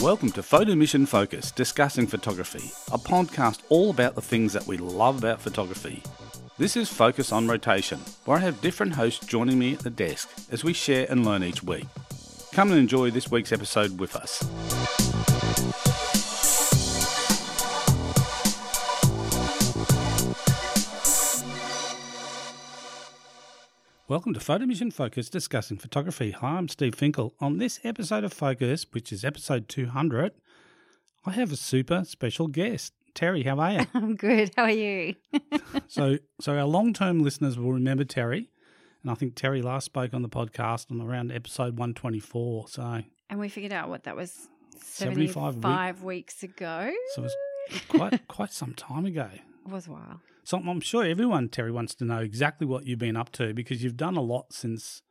Welcome to Photo Mission Focus, discussing photography, a podcast all about the things that we love about photography. This is Focus on Rotation, where I have different hosts joining me at the desk as we share and learn each week. Come and enjoy this week's episode with us. Welcome to Photo Mission Focus discussing photography. Hi, I'm Steve Finkel. On this episode of Focus, which is episode 200, I have a super special guest. Terry, how are you? I'm good. How are you? so, so our long-term listeners will remember Terry, and I think Terry last spoke on the podcast on around episode 124. So, And we figured out what that was 75 75, week- weeks ago. so it was quite quite some time ago. It was a while. So I'm sure everyone, Terry, wants to know exactly what you've been up to because you've done a lot since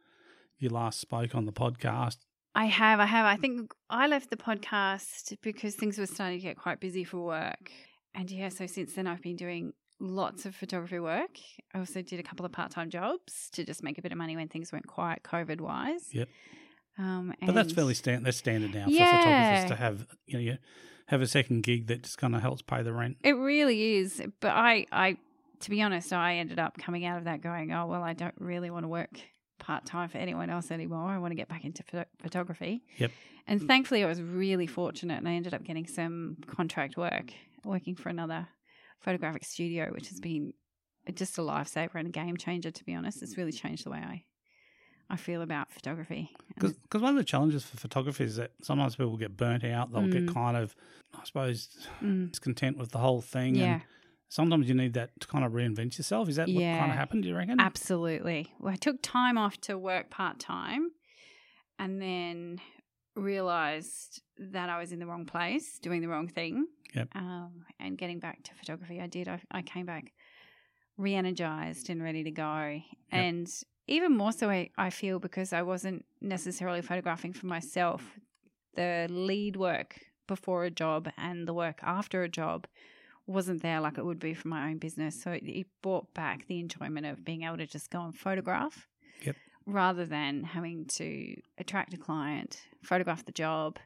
you last spoke on the podcast. I have, I have. I think I left the podcast because things were starting to get quite busy for work. And yeah, so since then I've been doing lots of photography work. I also did a couple of part time jobs to just make a bit of money when things weren't quite COVID wise. Yep. Um, and But that's fairly stand that's standard now for Yeah. photographers to have you know you have a second gig that just kind of helps pay the rent. It really is. But I, I, to be honest, I ended up coming out of that going, oh, well, I don't really want to work part time for anyone else anymore. I want to get back into photo- photography. Yep. And thankfully, I was really fortunate and I ended up getting some contract work, working for another photographic studio, which has been just a lifesaver and a game changer, to be honest. It's really changed the way I. I feel about photography. And Because one of the challenges for photography is that sometimes people get burnt out. They'll get Mm. kind of, I suppose, Mm. discontent with the whole thing. yeah. And sometimes you need that to kind of reinvent yourself. Is that what kind Yeah. of happened, do you reckon? Absolutely. Well, I took time off to work part time and then realized that I was in the wrong place, doing the wrong thing. Yep. Um, and getting back to photography, I did. I, I came back re energized and ready to go. And even more so, I, I feel because I wasn't necessarily photographing for myself, the lead work before a job and the work after a job wasn't there like it would be for my own business. So it, it brought back the enjoyment of being able to just go and photograph Yep. rather than having to attract a client, photograph the job,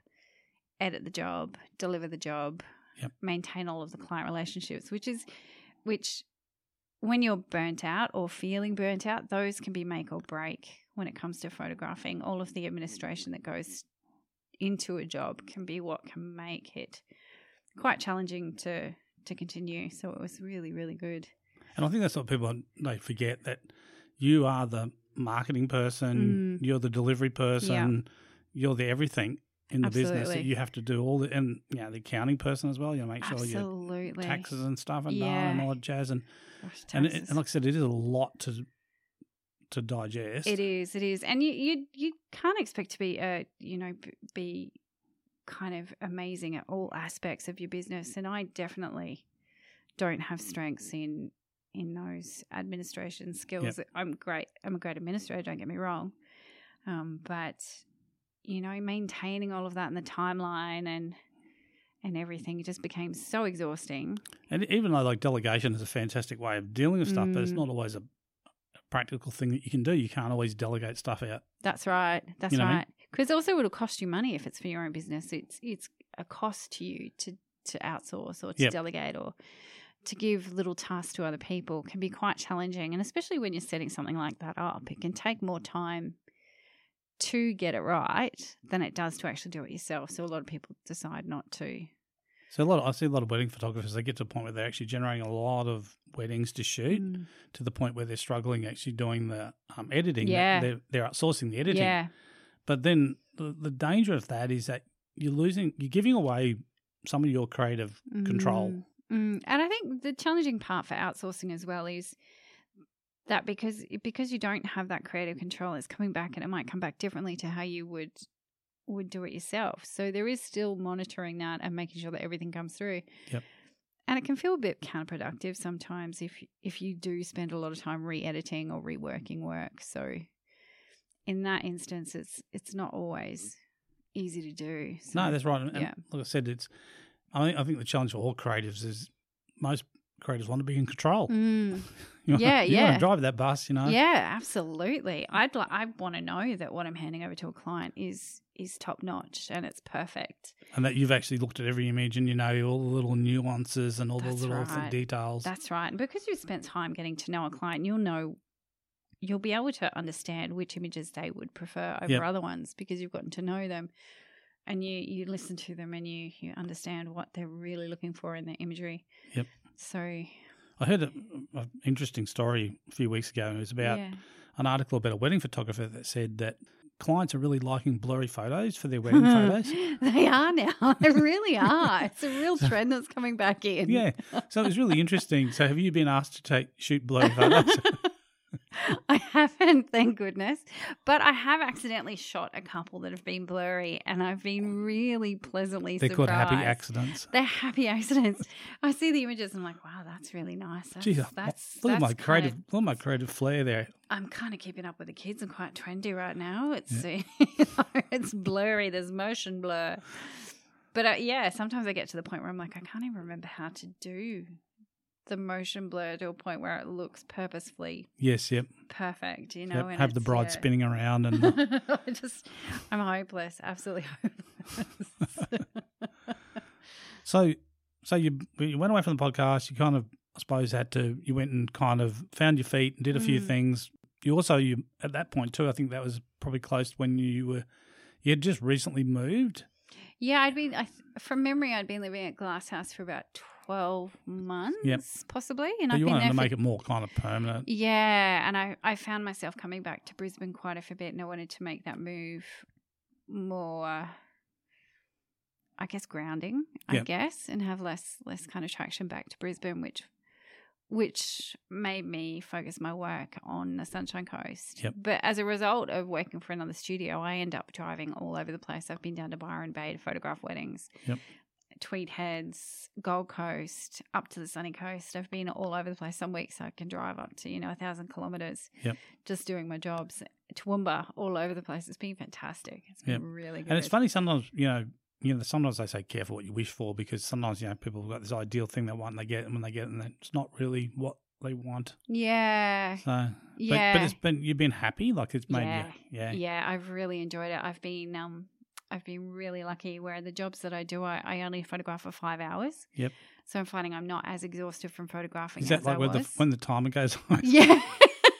edit the job, deliver the job, Yep. maintain all of the client relationships, which is, which when you're burnt out or feeling burnt out, those can be make or break when it comes to photographing. All of the administration that goes into a job can be what can make it quite challenging to to continue. So it was really, really good. And I think that's what people they forget that you are the marketing person, Mm. you're the delivery person, you're the everything in the business that Absolutely. you have to do all the and yeah, the accounting person as well. You know, make sure your Absolutely. taxes and stuff and done Yeah. and all that jazz. And Gosh, and, it, taxes. and like I said, it is a lot to to digest. It is. It is, and you you you can't expect to be a you know b- be kind of amazing at all aspects of your business, and I definitely don't have strengths in in those administration skills. I'm great. I'm a great administrator. Don't get me wrong, um, but you know maintaining all of that and the timeline and and everything just became so exhausting. And even though like delegation is a fantastic way of dealing with stuff, but it's Mm. not always a a practical thing that you can do. You can't always delegate stuff out. That's right. That's know what I mean? right. Because also it'll cost you money if it's for your own business. It's it's a cost to you to to outsource or to Yep. delegate or to give little tasks to other people can be quite challenging, and especially when you're setting something like that up, it can take more time to get it right than it does to actually do it yourself. So a lot of people decide not to. So a lot, of, I see a lot of wedding photographers. They get to a point where they're actually generating a lot of weddings to shoot, Mm. to the point where they're struggling actually doing the um, editing. They- Yeah. they're, they're outsourcing the editing. Yeah, But then the, the danger of that is that you're losing, you're giving away some of your creative control. Mm. Mm. And I think the challenging part for outsourcing as well is that because because you don't have that creative control, it's coming back and it might come back differently to how you would would do it yourself. So there is still monitoring that and making sure that everything comes through. Yep. And it can feel a bit counterproductive sometimes if if you do spend a lot of time re-editing or reworking work. So in that instance, it's it's not always easy to do. So, No, that's right. And yeah. like I said, it's I think I think the challenge for all creatives is most creatives want to be in control. Mm. You wanna- Yeah, you yeah. want to drive that bus, you know? Yeah, absolutely. I'd like I want to know that what I'm handing over to a client is is top notch and it's perfect. And that you've actually looked at every image and you know all the little nuances and all That's the little right. details. That's right. And because you've spent time getting to know a client, you'll know you'll be able to understand which images they would prefer over Yep. other ones because you've gotten to know them and you you listen to them and you you understand what they're really looking for in their imagery. Yep. So I heard an interesting story a few weeks ago. It was about yeah. an article about a wedding photographer that said that clients are really liking blurry photos for their wedding photos. they are now. They really are. It's a real trend that's coming back in. Yeah, so it was really interesting. So, have you been asked to take shoot blurry photos? I haven't, thank goodness. But I have accidentally shot a couple that have been blurry, and I've been really pleasantly They're called surprised. happy accidents. They're happy accidents. I see the images and I'm like, wow, that's really nice. That's, Gee, that's, look at that's my creative, Kind look at my creative flair there. of, I'm kind of keeping up with the kids. I'm quite trendy right now. It's it's blurry. There's motion blur. But uh, yeah, sometimes I get to the point where I'm like, I can't even remember how to do the motion blur to a point where it looks purposefully Yes, yep, perfect, you know. yep. and Have the it's, bride yeah. spinning around and the- I just, I'm hopeless, absolutely hopeless. so, so you you went away from the podcast. You kind of, I suppose, had to. You went and kind of found your feet and did a few Mm. things. You also, you at that point too. I think that was probably close to when you were. You had just recently moved. yeah, I'd been, I, th- from memory, I'd been living at Glass House for about 12 months, possibly. And But I've you been wanted there to for make it more kind of permanent. Yeah, and I, I found myself coming back to Brisbane quite a fair bit, and I wanted to make that move more, I guess, grounding. I Yep. guess, and have less less kind of traction back to Brisbane, which which made me focus my work on the Sunshine Coast. Yep. But as a result of working for another studio, I end up driving all over the place. I've been down to Byron Bay to photograph weddings. Yep. Tweed Heads, Gold Coast, up to the sunny coast. I've been all over the place. Some weeks I can drive up to, you know, a thousand kilometers Yep. just doing my jobs. Toowoomba, all over the place. It's been fantastic. It's been Yep. really good. And it's funny sometimes, you know, you know, sometimes they say careful what you wish for because sometimes, you know, people have got this ideal thing they want and they get it, and when they get it, and it's not really what they want. Yeah. So, Yeah. but, but it's been, you've been happy. Like it's made Yeah. you, yeah. yeah i've really enjoyed it i've been um i've been really lucky where the jobs that i do i, I only photograph for five hours Yep. so i'm finding i'm not as exhausted from photographing Is that as like I when the, was. when the timer goes on? yeah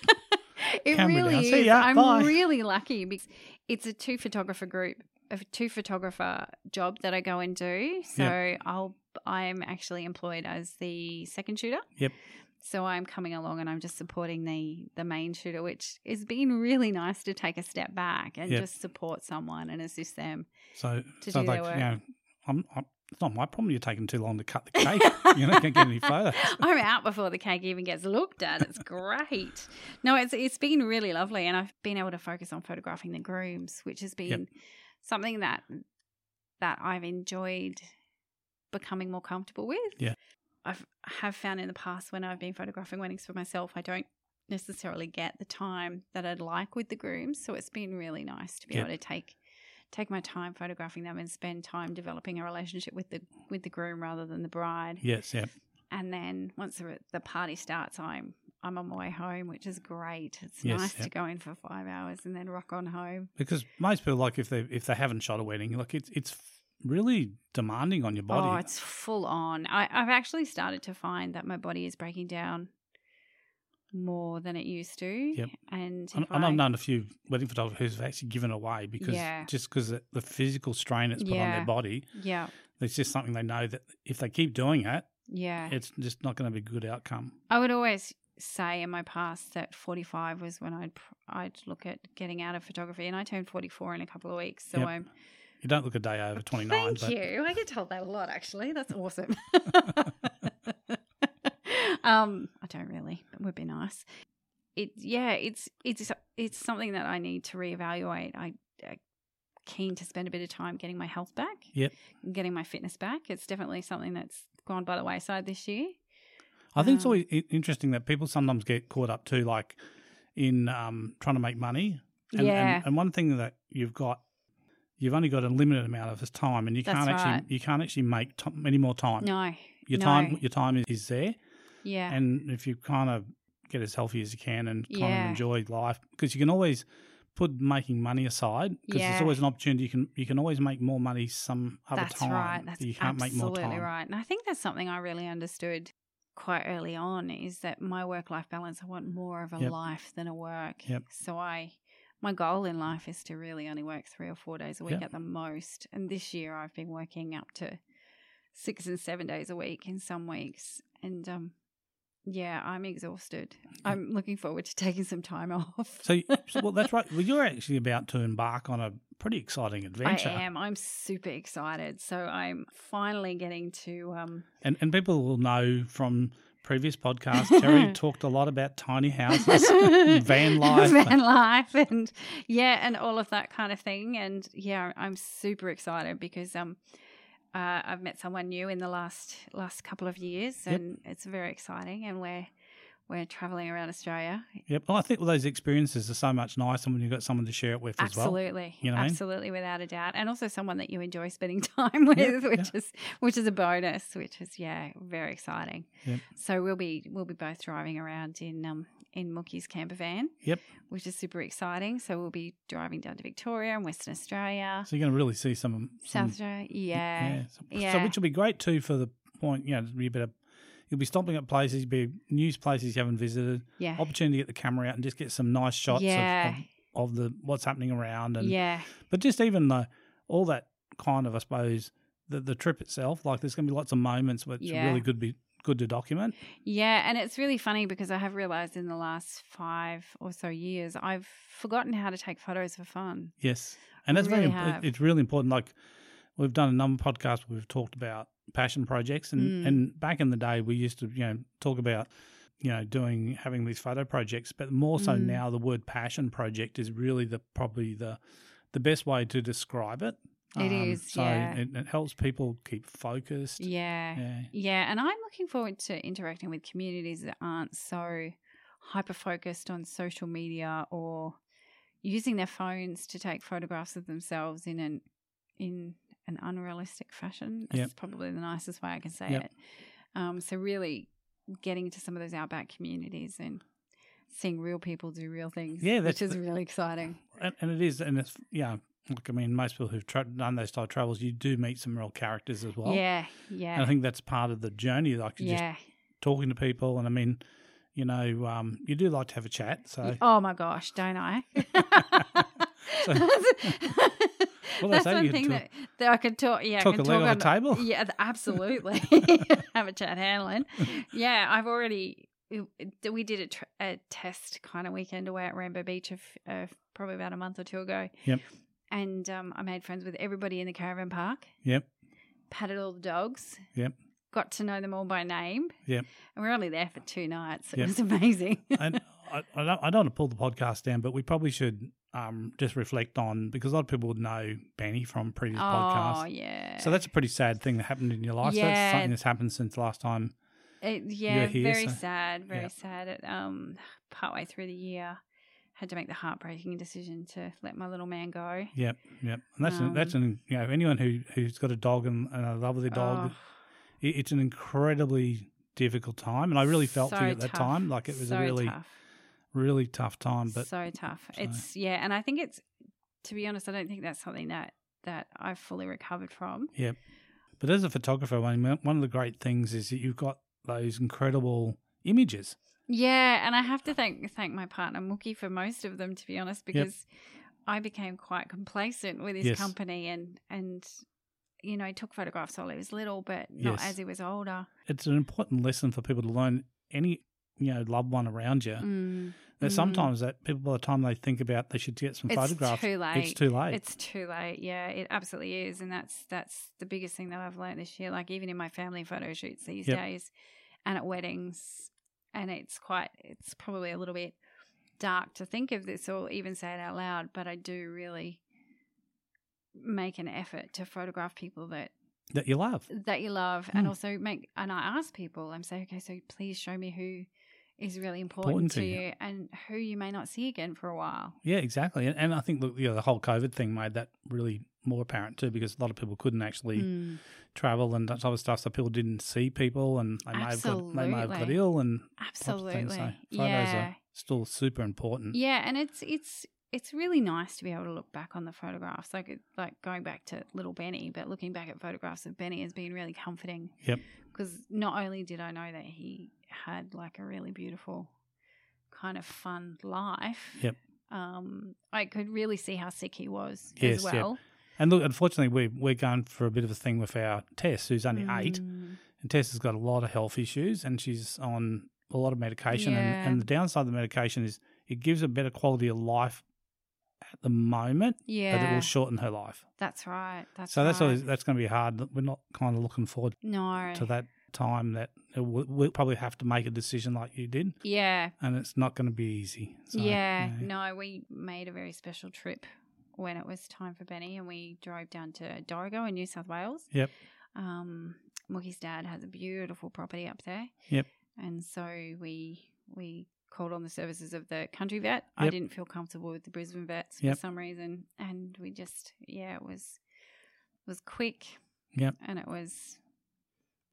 it Camera really down. is See ya, i'm bye. really lucky because it's a two photographer group a two photographer job that i go and do so i'll i'm actually employed as the second shooter Yep. so I'm coming along and I'm just supporting the the main shooter, which has been really nice to take a step back and Yep. just support someone and assist them. So, To so do their like, work. you know, I'm, I'm, it's not my problem you're taking too long to cut the cake. You're not going to get any photos. I'm out before the cake even gets looked at. It's great. No, it's it's been really lovely, and I've been able to focus on photographing the grooms, which has been something that that I've enjoyed becoming more comfortable with. Yeah. I've I have found in the past when I've been photographing weddings for myself, I don't necessarily get the time that I'd like with the grooms. So it's been really nice to be Yeah. able to take take my time photographing them and spend time developing a relationship with the with the groom rather than the bride Yes, yeah. and then once the, the party starts, I'm I'm on my way home, which is great. It's Yes, nice yeah. to go in for five hours and then rock on home. Because most people, like, if they if they haven't shot a wedding, like, it's it's really demanding on your body. Oh, it's full on. I, I've actually started to find that my body is breaking down more than it used to. Yep. And And if and I've I- known a few wedding photographers who've actually given away because Yeah. just because the the physical strain it's put on Yeah. their body, yeah, it's just something they know that if they keep doing it, yeah. it's just not going to be a good outcome. I would always say in my past that 45 was when I'd pr- I'd look at getting out of photography, and I turned 44 in a couple of weeks, so Yep. I'm You don't look a day over 29. Thank but you. I get told that a lot, actually. That's awesome. um, I don't really, but would be nice. It yeah, it's it's it's something that I need to reevaluate. I, I keen to spend a bit of time getting my health back. Yep. Getting my fitness back. It's definitely something that's gone by the wayside this year. I think it's Um, always i- interesting that people sometimes get caught up too, like in um, trying to make money. And, and- yeah. and, one thing that you've got, you've only got a limited amount of this time, and you That's can't actually right. you can't actually make t- any more time. no. uh, your no. time your time is, is there, Yeah. and if you kind of get as healthy as you can and kind Yeah. of enjoy life because you can always put making money aside because Yeah. there's always an opportunity you can you can always make more money some other That's time. right. that That's you can't make absolutely more time. right. And I think that's something I really understood quite early on is that my work life balance, I want more of a Yep. life than a work. Yep. So I my goal in life is to really only work three or four days a week Yep. at the most. And this year I've been working up to six and seven days a week in some weeks. And um yeah, I'm exhausted. I'm looking forward to taking some time off. So, so well, that's right. Well, you're actually about to embark on a pretty exciting adventure. I am. I'm super excited. So I'm finally getting to um And and people will know from previous podcasts, Terry talked a lot about tiny houses, van life. van life, and yeah, and all of that kind of thing. And yeah, I'm super excited because um, uh, I've met someone new in the last last couple of years, Yep. and it's very exciting. And we're we're traveling around Australia. Yep. Well, I think all those experiences are so much nicer when you've got someone to share it with as well. Absolutely, You know what I mean? absolutely, without a doubt, and also someone that you enjoy spending time with, yeah. which is which is a bonus, which is yeah, very exciting. Yep. So we'll be we'll be both driving around in um in Mookie's camper van. Yep. which is super exciting. So we'll be driving down to Victoria and Western Australia, So you're going to really see some, some South Australia. Hmm. yeah. Yeah, So, Yeah. which will be great too for the point. You know, it'll be a bit of, you'll be stopping at places, you'll be news places you haven't visited. yeah, Opportunity to get the camera out and just get some nice shots of- yeah, of, of, the what's happening around and yeah, But just even the all that kind of, I suppose, the the trip itself, like there's going to be lots of moments which Yeah. are really good be good to document. yeah. And it's really funny because I have realized in the last five or so years, I've forgotten how to take photos for fun. Yes, and that's Really very imp- have. it- it's really important. Like we've done a number of podcasts where we've talked about passion projects, and Mm. and back in the day we used to you know talk about you know doing having these photo projects, but more so Mm. now the word passion project is really the probably the the best way to describe it. Um, It is, so yeah. it, it helps people keep focused. Yeah. yeah. yeah. and I'm looking forward to interacting with communities that aren't so hyper focused on social media or using their phones to take photographs of themselves in an in an unrealistic fashion. That's Yep. probably the nicest way I can say Yep. it. Um, so really getting to some of those outback communities and seeing real people do real things. Yeah, which that's is the- really exciting. and, and it is, and it's yeah. Look, I mean, most people who've tra- done those type of travels, you do meet some real characters as well. yeah, and I yeah, think that's part of the journey, like you're just yeah. talking to people. And I mean, you know, um, you do like to have a chat, so Oh my gosh, don't I? So- That's- Well, that's that's how one you thing talk- that, that I could talk. Yeah, I talk a can leg talk on on the table. Yeah, th- absolutely. Have a chat, Hanlon. Yeah, I've already. it- We did a, tr- a test kind of weekend away at Rainbow Beach of, of probably about a month or two ago. Yep. And um, I made friends with everybody in the caravan park. Yep. Patted all the dogs. Yep. Got to know them all by name. Yep. And we are only there for two nights. It Yep. was amazing. and I, I, don't, I don't want to pull the podcast down, but we probably should um, just reflect on because a lot of people would know Benny from previous oh podcasts. yeah. So that's a pretty sad thing that happened in your life. So Yeah. that's something that's happened since last time. It, yeah, here, very so- sad, very yeah. sad. It, um, partway through the year, had to make the heartbreaking decision to let my little man go. Yep, yep. And that's an, that's Um, an you know anyone who who's got a dog and, and I love their dog. Oh, it, it's an incredibly difficult time, and I really felt so for you at that tough, time. Like it was so a really, tough, really tough time. But so tough. so- It's yeah, and I think it's to be honest, I don't think that's something that that I've fully recovered from. but as a photographer, I mean, one of the great things is that you've got those incredible images. Yeah, and I have to thank thank my partner Mookie for most of them, to be honest, because I became quite complacent with his Yes. company and and you know took photographs while he was little, but not Yes. as he was older. It's an important lesson for people to learn. Any you know loved one around Mm, you. That sometimes that people by the time they think about they should get some It's photographs, it's too late. too late. It's too late. Yeah, it absolutely is, and that's that's the biggest thing that I've learned this year. Like even in my family photo shoots these Yep. days, and at weddings, and it's quite. It's probably a little bit dark to think of this or even say it out loud, but I do really make an effort to photograph people that that you love. that you love, and Hmm. also make. And I ask people. I'm saying, okay, so please show me who is really important, Important to, to you. you, and who you may not see again for a while. Yeah, exactly. And, and I think look, you know, the whole COVID thing made that really more apparent too, because a lot of people couldn't actually Mm, travel and that type of stuff, so people didn't see people, and they may have got they may have got Absolutely. ill, and type of absolutely. thing. So photos yeah. are still super important. Yeah, and it's it's it's really nice to be able to look back on the photographs, like it- like going back to little Benny, but looking back at photographs of Benny has been really comforting. Yep. Because not only did I know that he had like a really beautiful, kind of fun life. Yep. Um, I could really see how sick he was Yes, as yep. well. And look, unfortunately, we we're going for a bit of a thing with our Tess, who's only eight, Mm, and Tess has got a lot of health issues, and she's on a lot of medication. Yeah. And, and the downside of the medication is it gives a better quality of life at the moment, but it Yeah, will shorten her life. that's right. That's so that's right. always, that's going to be hard. We're not kind of looking forward no. to that time that we'll, we'll probably have to make a decision like you did, Yeah, and it's not going to be easy. So, yeah, no, we made a very special trip when it was time for Benny, and we drove down to Dorigo in New South Wales. Yep. Um, Mookie's dad has a beautiful property up there. Yep. And so we we called on the services of the country vet. I Yep. didn't feel comfortable with the Brisbane vets Yep. for some reason, and we just yeah, it was it was quick. Yep. And it was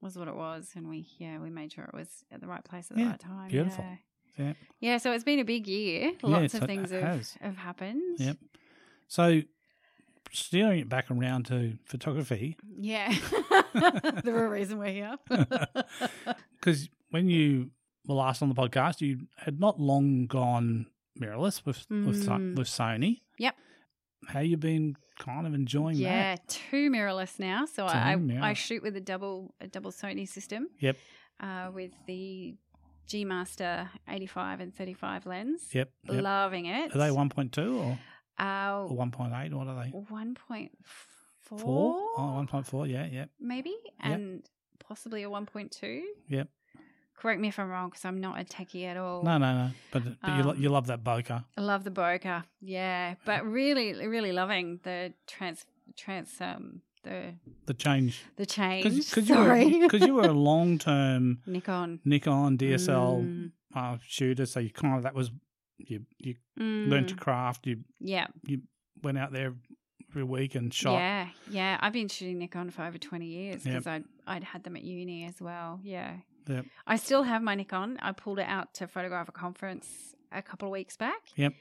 was what it was, and we yeah we made sure it was at the right place at Yeah, the right time. beautiful. Yeah. Yeah. Yeah, so it's been a big year. it's- Lots of it things have, has. have happened. Yep. So steering it back around to photography, Yeah. the real reason we're here. because when you were last on the podcast, you had not long gone mirrorless with with, So- Mm. with Sony. Yep. How you been? Kind of enjoying yeah, that. two mirrorless now. So Two I, I mirrorless. shoot with a double a double Sony system. Yep. Uh, with the G Master 85 and 35 lens. Yep. yep. Loving it. Are they one point two or, Uh, or one point eight? What are they? 1.4 Four? Oh, 1.4, Yeah, yeah. maybe Yep. and possibly a 1.2. Yep. Correct me if I'm wrong because I'm not a techie at all. No, no, no. But but you lo- Um, you love that bokeh. I love the bokeh. Yeah, but really, really loving the trans, trans, um, the The change the change. because you were Sorry, because you were a long term Nikon Nikon DSL Mm, uh, shooter, so you kind of that was you you learned to mm. craft. You Yeah, went out there every week and shot. yeah, yeah. I've been shooting Nikon for over twenty years Yep. because I'd I'd had them at uni as well. Yeah, Yep. I still have my Nikon. I pulled it out to photograph a conference a couple of weeks back. Yep.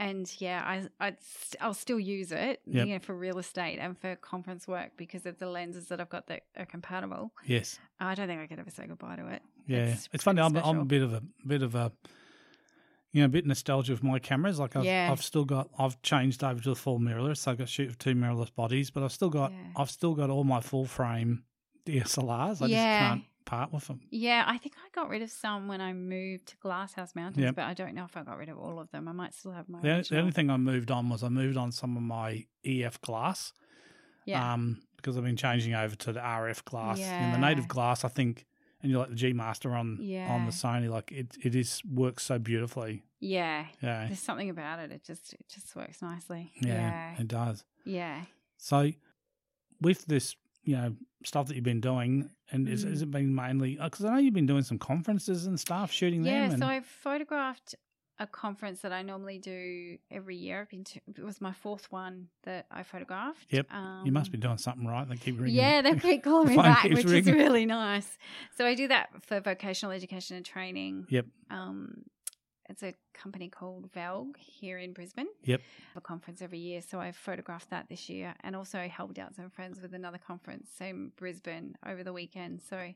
And yeah, I I'd st- I'll still use it, Yep. you know, for real estate and for conference work because of the lenses that I've got that are compatible. Yes, I don't think I could ever say goodbye to it. yeah. It's, It's funny. pretty I'm, I'm a special. bit of a bit of a you know a bit nostalgia with my cameras. Like I've, Yeah. I've still got I've changed over to the full mirrorless. So I got shoot with two mirrorless bodies, but I've still got Yeah. I've still got all my full frame DSLRs. I Yeah. just can't part with them. Yeah, I think I got rid of some when I moved to Glasshouse Mountains, Yep. but I don't know if I got rid of all of them. I might still have my The, the original. only thing I moved on was I moved on some of my EF glass. yeah, um, because I've been changing over to the RF glass. And the Yeah. native glass, I think, and you like the G Master on on Yeah. the Sony, like it it is works so beautifully. yeah. Yeah, There's something about it. It just it just works nicely. yeah, Yeah, it does. yeah. So with this, you know, stuff that you've been doing, and is, Mm. has it been mainly because I know you've been doing some conferences and stuff, shooting Yeah, them. And, so I photographed a conference that I normally do every year. I've been to, it was my fourth one that I photographed. Yep. Um, you must be doing something right. They keep ringing. Yeah, they keep calling me phone back, keeps which ringing. is really nice. So I do that for vocational education and training. Yep. Um, it's a company called Valg here in Brisbane. Yep. A conference every year, so I photographed that this year, and also helped out some friends with another conference in Brisbane over the weekend. So I'm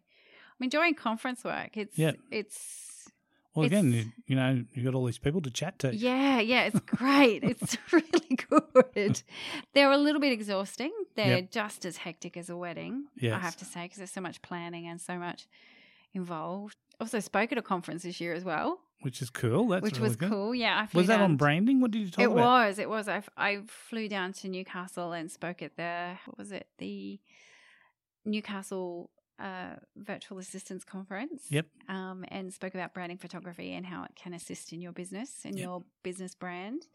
enjoying conference work. It's Yep. it's Well, it's- again, you, you know, you got all these people to chat to. yeah, yeah, it's great. it's really good. They're a little bit exhausting. They're just as hectic as a wedding, I Yes. have to say, because there's so much planning and so much involved. Also spoke at a conference this year as well, which is cool. That's which really was good. cool. Yeah, I flew Was that down- on branding? What did you talk It about? was. It was. I, f- I flew down to Newcastle and spoke at the what was it the Newcastle uh, Virtual Assistance Conference. Yep. Um, and spoke about branding photography and how it can assist in your business and Yep. your business brand.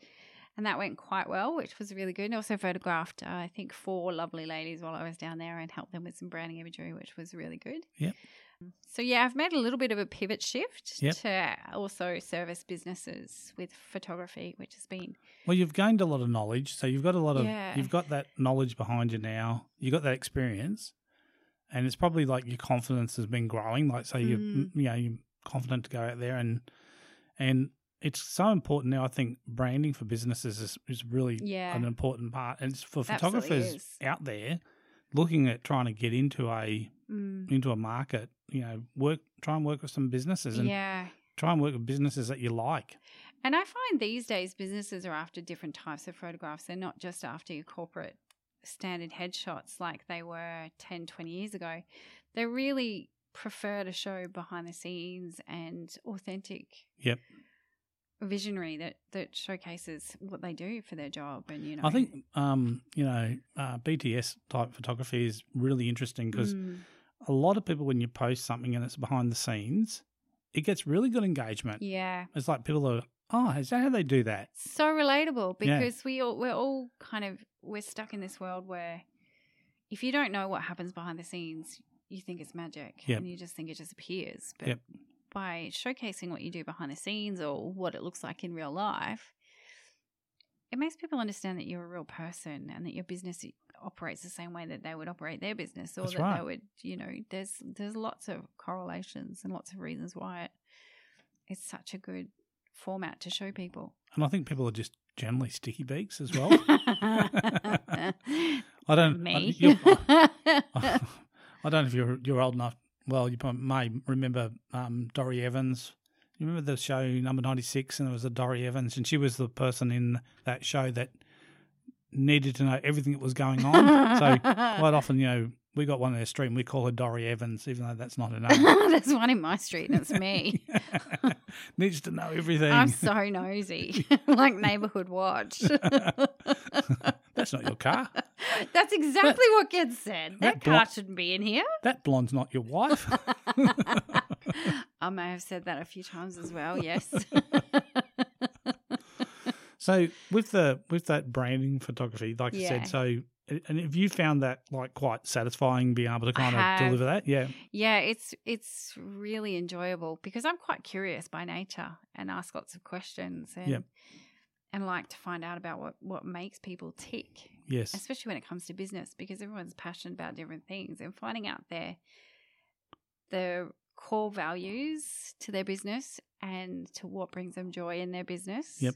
And that went quite well, which was really good. And also photographed, uh, I think, four lovely ladies while I was down there and helped them with some branding imagery, which was really good. Yep. So yeah, I've made a little bit of a pivot shift Yep. to also service businesses with photography, which has been Well, you've gained a lot of knowledge, so you've got a lot of Yeah. you've got that knowledge behind you now. You got that experience, and it's probably like your confidence has been growing. Like, say you you Mm. you know you're confident to go out there and and it's so important now. I think branding for businesses is, is really yeah. an important part, and it's for Absolutely photographers is. out there looking at trying to get into a Mm. into a market. You know, work try and work with some businesses and Yeah. try and work with businesses that you like. And I find these days businesses are after different types of photographs. They're not just after your corporate standard headshots like they were 10, 20 years ago. They really prefer to show behind the scenes and authentic Yep. visionary that, that showcases what they do for their job. And, you know, I think um, you know uh, BTS type photography is really interesting because Mm, a lot of people when you post something and it's behind the scenes, it gets really good engagement. yeah. It's like people are, oh, is that how they do that? so relatable Yeah. because we all we're all kind of we're stuck in this world where if you don't know what happens behind the scenes, you think it's magic Yep. and you just think it just appears. But Yep. by showcasing what you do behind the scenes or what it looks like in real life, it makes people understand that you're a real person and that your business operates the same way that they would operate their business or That's that right. they would, you know, there's there's lots of correlations and lots of reasons why it it's such a good format to show people. And I think people are just generally sticky beaks as well. Oh. I don't I- Me. you're- I, don't know if you're you're old enough. Well, you probably may remember um, Dory Evans. You remember the show number ninety six, and there was a Dory Evans, and she was the person in that show that needed to know everything that was going on. so quite often, you know, we got one in our stream. We call her Dory Evans, even though that's not her name. There's one in my street, and it's me. Needs to know everything. I'm so nosy, like neighborhood watch. that's not your car. That's exactly what gets said. that That car blo- shouldn't be in here. That blonde's not your wife. I may have said that a few times as well. Yes. So with the with that branding photography, like I Yeah. said, so and have you found that like quite satisfying being able to kind of have. deliver that? Yeah. yeah, it's it's really enjoyable because I'm quite curious by nature and ask lots of questions and Yep. and like to find out about what what makes people tick. Yes. especially when it comes to business because everyone's passionate about different things and finding out their their core values to their business and to what brings them joy in their business Yep.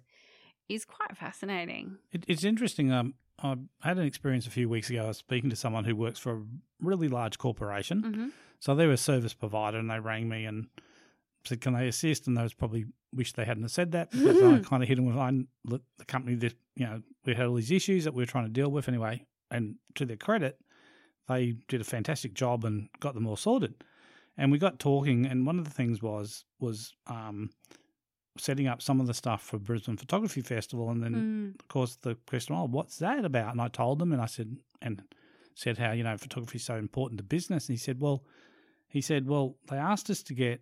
is quite fascinating. It, it's interesting. Um I had an experience a few weeks ago. I was speaking to someone who works for a really large corporation. Mm-hmm. So they were a service provider and they rang me and said, Can they assist? And they was probably wish they hadn't have said that because I kind of hit them with I'm the the company that, you know, we had all these issues that we were trying to deal with anyway. And to their credit, they did a fantastic job and got them all sorted. And we got talking and one of the things was was um setting up some of the stuff for Brisbane Photography Festival and then of course, the question, oh, what's that about? And I told them, and I said, and said how you know photography is so important to business. And he said, well, he said, well, they asked us to get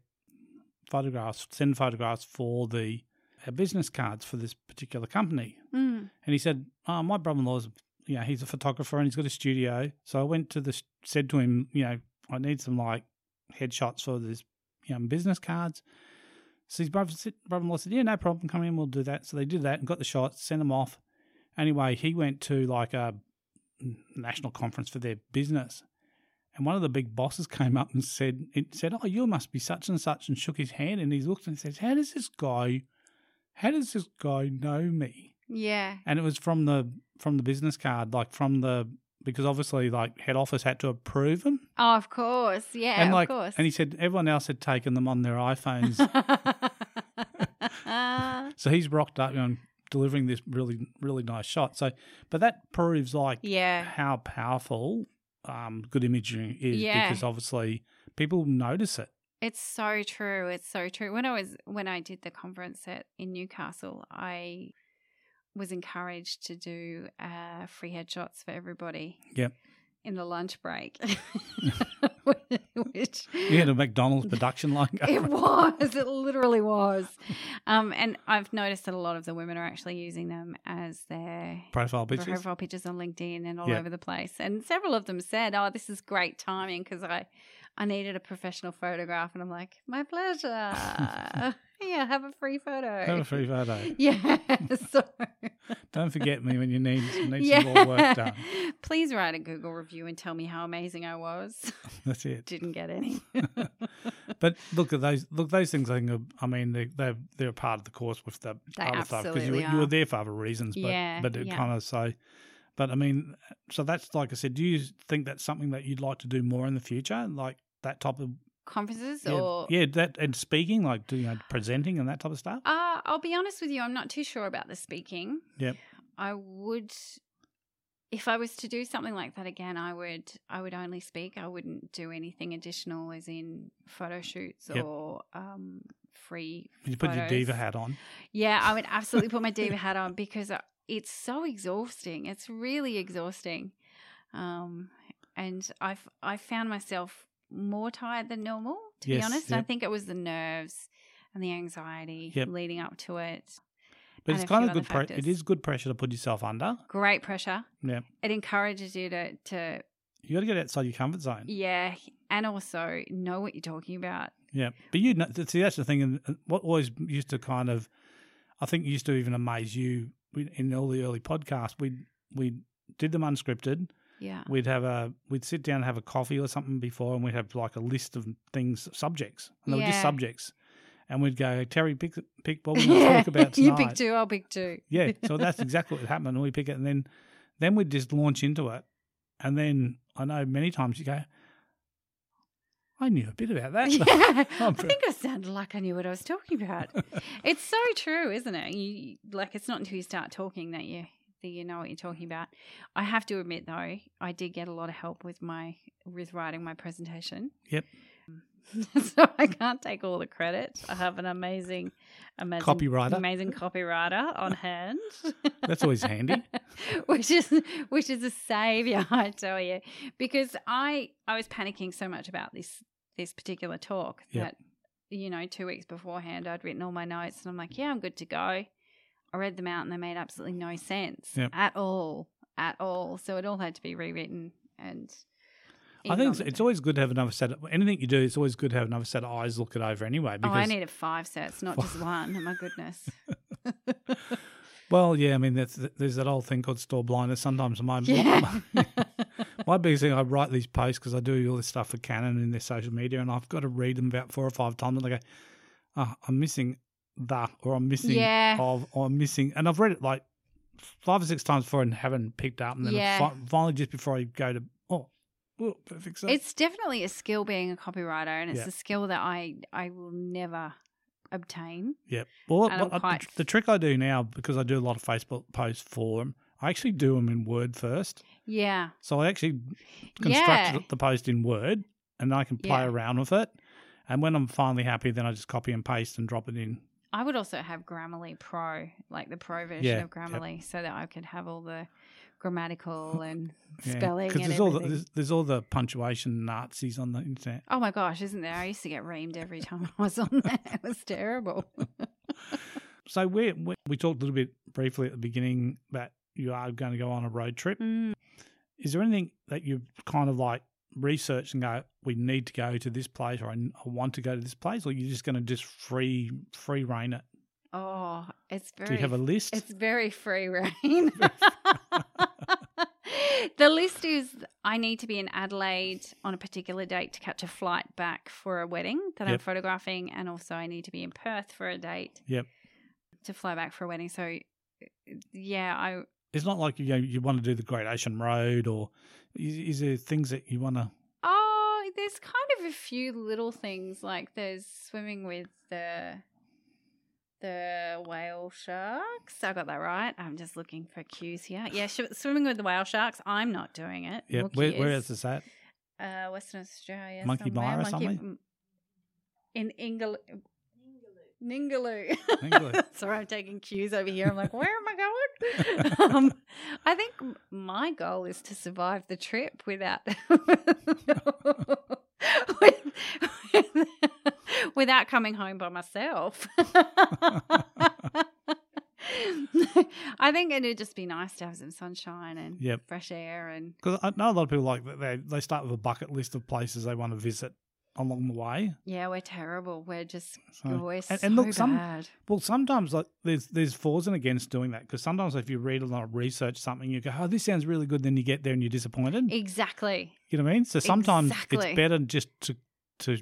photographs, send photographs for the our business cards for this particular company. Mm. And he said, oh, my brother-in-law's, you know, he's a photographer and he's got a studio. So I went to the, s- said to him, you know, I need some like headshots for this, you know, business cards. So his brother, said- brother-in-law said, yeah, no problem. Come in, we'll do that. So they did that and got the shots, sent them off. Anyway, he went to like a national conference for their business. And one of the big bosses came up and said, "It said, oh, you must be such and such," and shook his hand. And he looked and says, "How does this guy, how does this guy know me?" Yeah. and it was from the from the business card, like from the because obviously like head office had to approve them, Oh, of course. Yeah, and like of course. and he said everyone else had taken them on their iPhones, so he's rocked up and delivering this really really nice shot. So, but that proves like yeah. how powerful um, good imagery is Yeah. because obviously people notice it. It's so true. It's so true. When I was when I did the conference at in Newcastle, I was encouraged to do uh, free headshots for everybody. Yep. In the lunch break, which You had a McDonald's production line. it was. It literally was. Um, and I've noticed that a lot of the women are actually using them as their Profile for pictures. profile pictures on LinkedIn and all Yeah. over the place. And several of them said, "Oh, this is great timing because I I needed a professional photograph, and I'm like, my pleasure. yeah, have a free photo. Have a free photo. Yeah. so, Don't forget me when you need, need some more work done. Please write a Google review and tell me how amazing I was. That's it. Didn't get any. But look at those. Look, those things. I think. Are, I mean, they they're, they're a part of the course with the They other stuff because you, absolutely were- you are. were there for other reasons. But Yeah, but it yeah. kind of so. But I mean, so that's like I said. Do you think that's something that you'd like to do more in the future, like that type of Conferences yeah, or yeah, that and speaking, like do you know, presenting and that type of stuff? Uh, I'll be honest with you, I'm not too sure about the speaking. Yep. I would if I was to do something like that again, I would I would only speak. I wouldn't do anything additional as in photo shoots Yep. or um free You put your photos. diva hat on. Yeah, I would absolutely put my diva hat on because uh, it's so exhausting. It's really exhausting. Um and I've I found myself more tired than normal, to Yes, be honest. I yep. think it was the nerves and the anxiety Yep. leading up to it. But and it's a kind few of good. other Pre- factors. it is good pressure to put yourself under. great pressure. Yeah. It encourages you to, to You got to get outside your comfort zone. yeah, and also know what you're talking about. Yeah, but you know, th- see, that's the thing, and and what always used to kind of, I think, used to even amaze you we- in all the early podcasts. We we did them unscripted. Yeah. We'd have a we'd sit down and have a coffee or something before, and we'd have like a list of things, subjects, and they were just Yeah. subjects, and we'd go, Terry, pick pick what we're going to talk about you tonight. pick two, I'll pick two. Yeah, so that's exactly what happened. and We pick it, and then then we'd just launch into it, and then I know many times you go, I knew a bit about that. Yeah. I I'm- think I sounded like I knew what I was talking about. it's so true, isn't it? You like it's not until you start talking that you that you know what you're talking about. I have to admit though, I did get a lot of help with my with writing my presentation. Yep. so I can't take all the credit. I have an amazing, amazing Copywriter. amazing copywriter on hand. That's always handy. which is which is a savior, I tell you, because I I was panicking so much about this this particular talk Yeah. that you know two weeks beforehand I'd written all my notes and I'm like, yeah, I'm good to go. I read them out and they made absolutely no sense Yep. at all, at all. So it all had to be rewritten and. I even think on it's, the it's day- always good to have another set. Of, anything you do, it's always good to have another set of eyes look it over anyway. Oh, Because, I needed five sets, not just one. Oh my goodness. well, yeah, I mean, that's, there's that old thing called store blindness. Sometimes my Yeah. my biggest thing, I write these posts because I do all this stuff for Canon and their social media, and I've got to read them about four or five times, and I go, oh, I'm missing that, or I'm missing Yeah. of, or I'm missing, and I've read it like five or six times before and haven't picked up, and then Yeah. fi- finally just before I go to oh, oh perfect. stuff. It's definitely a skill being a copywriter, and it's Yeah. a skill that I I will never obtain. Yep. Well, And I'm what I- quite- the trick I do now because I do a lot of Facebook posts for 'em, I actually do them in Word first. Yeah, So I actually construct Yeah. the- the post in Word, and I can play Yeah. around with it. And when I'm finally happy, then I just copy and paste and drop it in. I would also have Grammarly Pro, like the Pro version Yeah, of yep. Grammarly, so that I could have all the grammatical and Yeah. spelling and there's all the, everything. there's, there's all the punctuation Nazis on the internet. Oh my gosh, isn't there? I used to get reamed every time I was on that. It was terrible. So we we we talked a little bit briefly at the beginning that you are going to go on a road trip. Mm. is there anything that you kind of like research and go we need to go to this place or i, I want to go to this place or you're just going to just free free reign it Oh, it's very do you have a list It's very free reign. the list is I need to be in Adelaide on a particular date to catch a flight back for a wedding that I'm Yep. photographing, and also I need to be in Perth for a date. Yep. To fly back for a wedding. So, yeah, I it's not like you know, you want to do the great ocean road or is, is there things that you want to Oh, there's kind of a few little things like there's swimming with the the whale sharks. I got that right. I'm just looking for cues here. Yeah, sh- swimming with the whale sharks. I'm not doing it. yeah Mookie where, where is. is this at Uh, Western Australia. Monkey somewhere. Byre or Monkey- something? In Ingal. Ningaloo. Ningaloo. Sorry, I'm taking cues over here. I'm like, where am I going? um, I think m- my goal is to survive the trip without with- with- without coming home by myself. I think it'd just be nice to have some sunshine and Yep. fresh air and because i know a lot of people like that they, they start with a bucket list of places they want to visit along the way. Yeah, we're terrible. We're just So, we're so and, and look, some bad. well, sometimes like there's there's fors and against doing that because sometimes if you read a lot of research something, you go, oh, this sounds really good, then you get there and you're disappointed. Exactly. you know what I mean? So sometimes Exactly. it's better just to to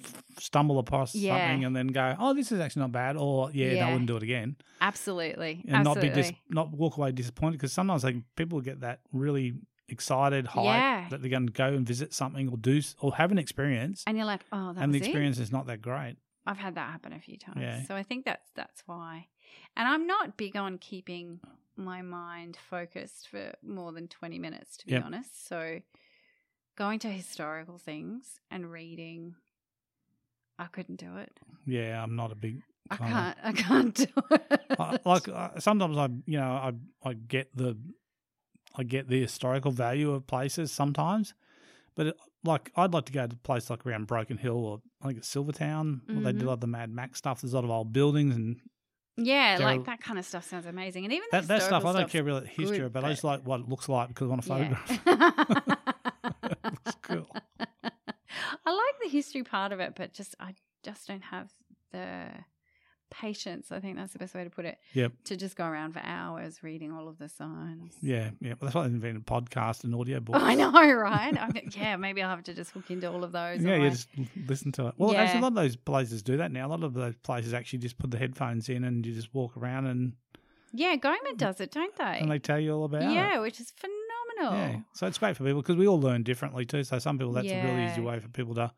f- stumble across Yeah. something and then go, oh, this is actually not bad, or yeah, no, Yeah. I wouldn't do it again, Absolutely. and Absolutely. not be dis- not walk away disappointed because sometimes like people get that really excited hype Yeah. that they're going to go and visit something or do s- or have an experience. and you're like, oh, that and the was it. experience is not that great. I've had that happen a few times. Yeah. So I think that's that's why. And I'm not big on keeping my mind focused for more than 20 minutes to be Yep. honest. So going to historical things and reading I couldn't do it. Yeah, I'm not a big I Can't. can't I can't do it. I, like I, sometimes I you know I I get the I get the historical value of places sometimes, but it, like I'd like to go to a place like around Broken Hill or I think it's Silvertown. where they do Mhm. like the Mad Max stuff. There's a lot of old buildings and yeah, there like are- that kind of stuff sounds amazing. And even that, that stuff. I don't care historical about the history, good, but I just like what it looks like because I want to photograph. stuff's- Yeah. It's cool. I like the history part of it, but just I just don't have the patience. I think that's the best way to put it. Yep. To just go around for hours reading all of the signs. Yeah, yeah. Well, that's why I invented podcast and audio books. I know, right? I mean, yeah, maybe I'll have to just hook into all of those. Yeah, or you I- just l- listen to it. Well, actually, Yeah. a lot of those places do that now. A lot of those places actually just put the headphones in and you just walk around and, yeah, Goma does it, don't they? and they tell you all about it. yeah, which is Yeah. phenomenal. So it's great for people because we all learn differently too. So some people that's a really easy Yeah. way for people to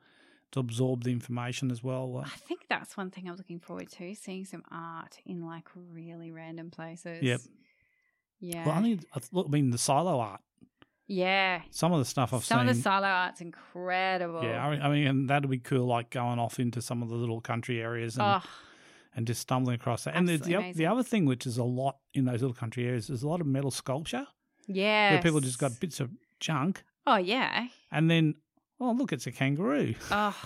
to absorb the information as well. Like, I think that's one thing I'm looking forward to seeing some art in like really random places. Yep. Yeah. well, I mean, I th- look, I mean the silo art. yeah. Some of the stuff I've Some seen. of the silo art's incredible. yeah, I mean, I mean, and that'd be cool. Like going off into some of the little country areas and, oh, and just stumbling across that. And the, Absolutely the, oth- the amazing. other thing, which is a lot in those little country areas, is a lot of metal sculpture yeah. where people just got bits of junk Oh yeah. and then, oh look, it's a kangaroo. Oh,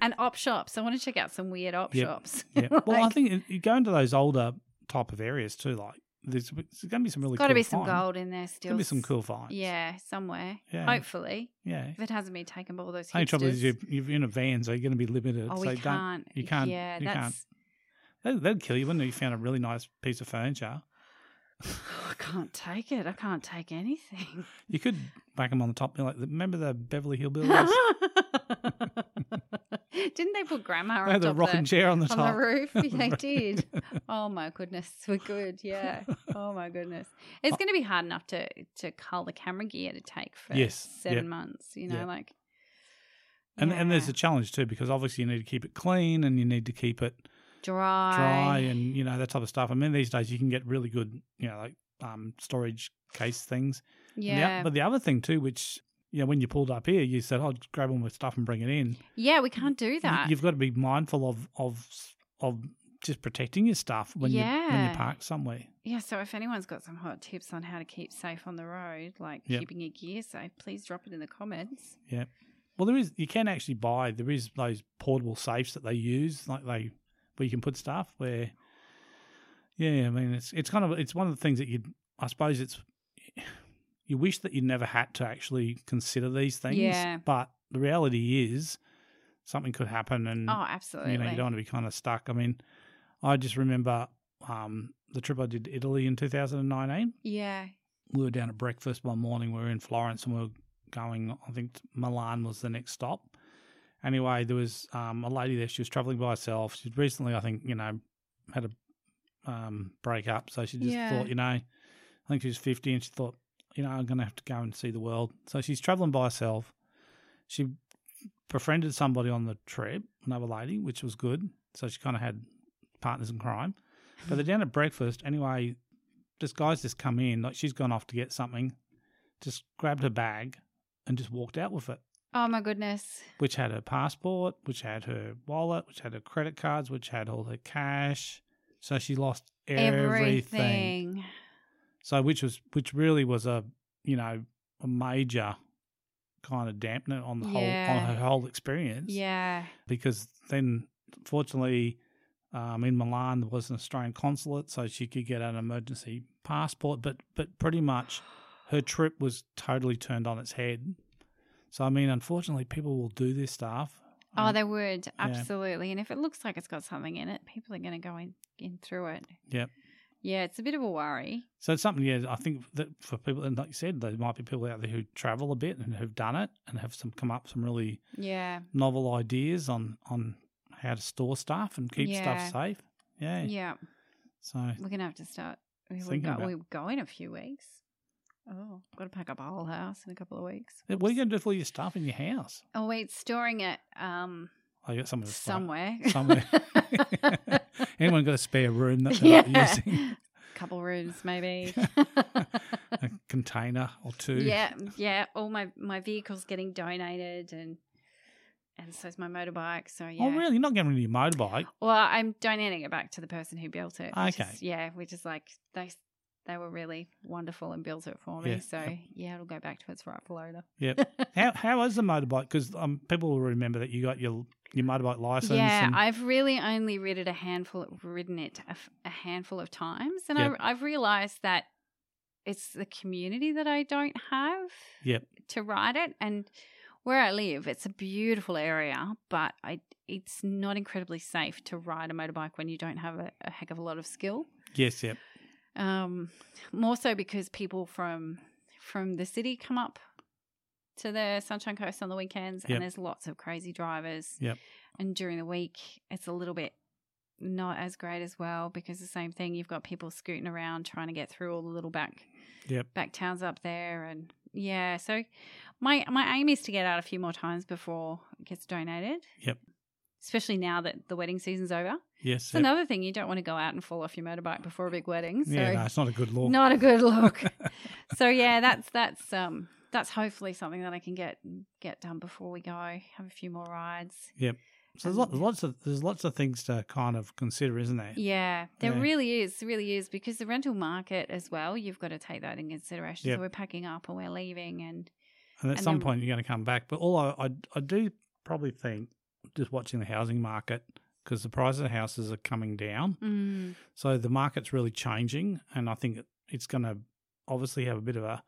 and op shops. I want to check out some weird op Yep. shops. Yeah. Well, I Like, think it- you go into those older type of areas too. Like there's, there's going to be some really got to cool be some finds. gold in there still. There'll be some cool finds. Yeah, somewhere. Yeah. Hopefully, Yeah. if it hasn't been taken by all those. Only trouble is hipsters. you're, you're in a van, so you're going to be limited. Oh, so we don't. can't. you can't- Yeah, you that's. That'd, that'd kill you, wouldn't it? You found a really nice piece of furniture. I can't take it. I can't take anything. You could whack them on the top. Be like, remember the Beverly Hillbillies? Didn't they put grandma they on had the top rocking there? chair on the on top. the roof. Yeah, they did. Oh my goodness, we're good. Yeah. Oh my goodness, it's going to be hard enough to to cull the camera gear to take for Yes, seven yep. months. You know, Yep. like. and and there's Yeah. a challenge too because obviously you need to keep it clean and you need to keep it dry. dry and you know that type of stuff. I mean, these days you can get really good, you know, like um, storage case things. And the o- Yeah, but the other thing too, which you know, when you pulled up here, you said, "Oh, just grab all my stuff and bring it in." yeah, we can't do you- that. You've got to be mindful of of of just protecting your stuff when you when you Yeah. park somewhere. yeah, so if anyone's got some hot tips on how to keep safe on the road, like Yep. keeping your gear safe, please drop it in the comments. Well, there is you can actually buy there is those portable safes that they use, like they where you can put stuff. Where yeah, I mean it's it's kind of it's one of the things that you I suppose it's you wish that you never had to actually consider these things. Yeah. But the reality is something could happen, and Oh, absolutely. Mm. you know you don't want to be kind of stuck. I mean, I just remember um, the trip I did to Italy in 2019 yeah, we were down at breakfast one morning. We were in Florence and we were going, I think Milan was the next stop. Anyway, there was um, a lady there. She was traveling by herself. She'd recently, I think, you know, had a um, breakup. So she just Yeah. thought, you know, I think she was 50 and she thought, you know, I'm going to have to go and see the world. So she's traveling by herself. She befriended somebody on the trip, another lady, which was good. So she kind of had partners in crime. But they're down at breakfast. Anyway, this guy's just come in, like she's gone off to get something, just grabbed her bag and just walked out with it, Oh my goodness. which had her passport, which had her wallet, which had her credit cards, which had all her cash. So she lost everything. Everything. So which was which really was a you know a major kind of dampener on the whole on Yeah. her whole experience Yeah. because then fortunately um, in Milan there was an Australian consulate, so she could get an emergency passport. But but pretty much her trip was totally turned on its head. So I mean, unfortunately, people will do this stuff. Um, Oh, And- they would absolutely. And if it looks like it's got something in it, people are going to go in, in through it. Yep. Yeah, it's a bit of a worry. So it's something, yeah, I think that for people, and like you said, there might be people out there who travel a bit and who've done it and have some come up some really Yeah, novel ideas on on how to store stuff and keep Yeah. stuff safe. Yeah. yeah. So We're gonna have to start. We we Thinking go, about- we go in a few weeks. Oh, got to pack up a whole house in a couple of weeks. what are you going to do for all your stuff in your house? Oh wait, storing it um I got someone to store somewhere. it. somewhere. Anyone got a spare room that they're not using? yeah, couple rooms maybe. A container or two. yeah, yeah. All my my vehicles getting donated and. And so's my motorbike. So yeah. Oh, really? You're not getting rid of your motorbike? Well, I'm donating it back to the person who built it. which Okay. is- yeah, which is like they they were really wonderful and built it for me. Yeah, So yep. yeah, it'll go back to its rightful owner. Yep. how how is the motorbike? Because um, people will remember that you got your your motorbike license. Yeah, and, I've really only rid it a handful, ridden it a, f- a handful of times, and Yep. I, I've realised that it's the community that I don't have Yep. to ride it, and where I live, it's a beautiful area, but I it's not incredibly safe to ride a motorbike when you don't have a, a heck of a lot of skill. Yes, yep. Um, more so because people from from the city come up to the Sunshine Coast on the weekends, Yep. and there's lots of crazy drivers. Yep. And during the week, it's a little bit not as great as well because the same thing you've got people scooting around trying to get through all the little back Yep. back towns up there and yeah so my my aim is to get out a few more times before it gets donated Yep. especially now that the wedding season's over Yes. it's Yep. another thing you don't want to go out and fall off your motorbike before a big wedding so yeah, no, it's not a good law. not a good look. so yeah, that's that's um that's hopefully something that I can get get done before we go. Have a few more rides. So there's lot- lots of there's lots of things to kind of consider, isn't there? Yeah, there Yeah. really is, really is because the rental market as well. You've got to take that in consideration. Yep. So we're packing up and we're leaving, and And at And some then- point you're going to come back. But all I, I I do probably think just watching the housing market because the price of the houses are coming down, mm, so the market's really changing, and I think it, it's going to obviously have a bit of a,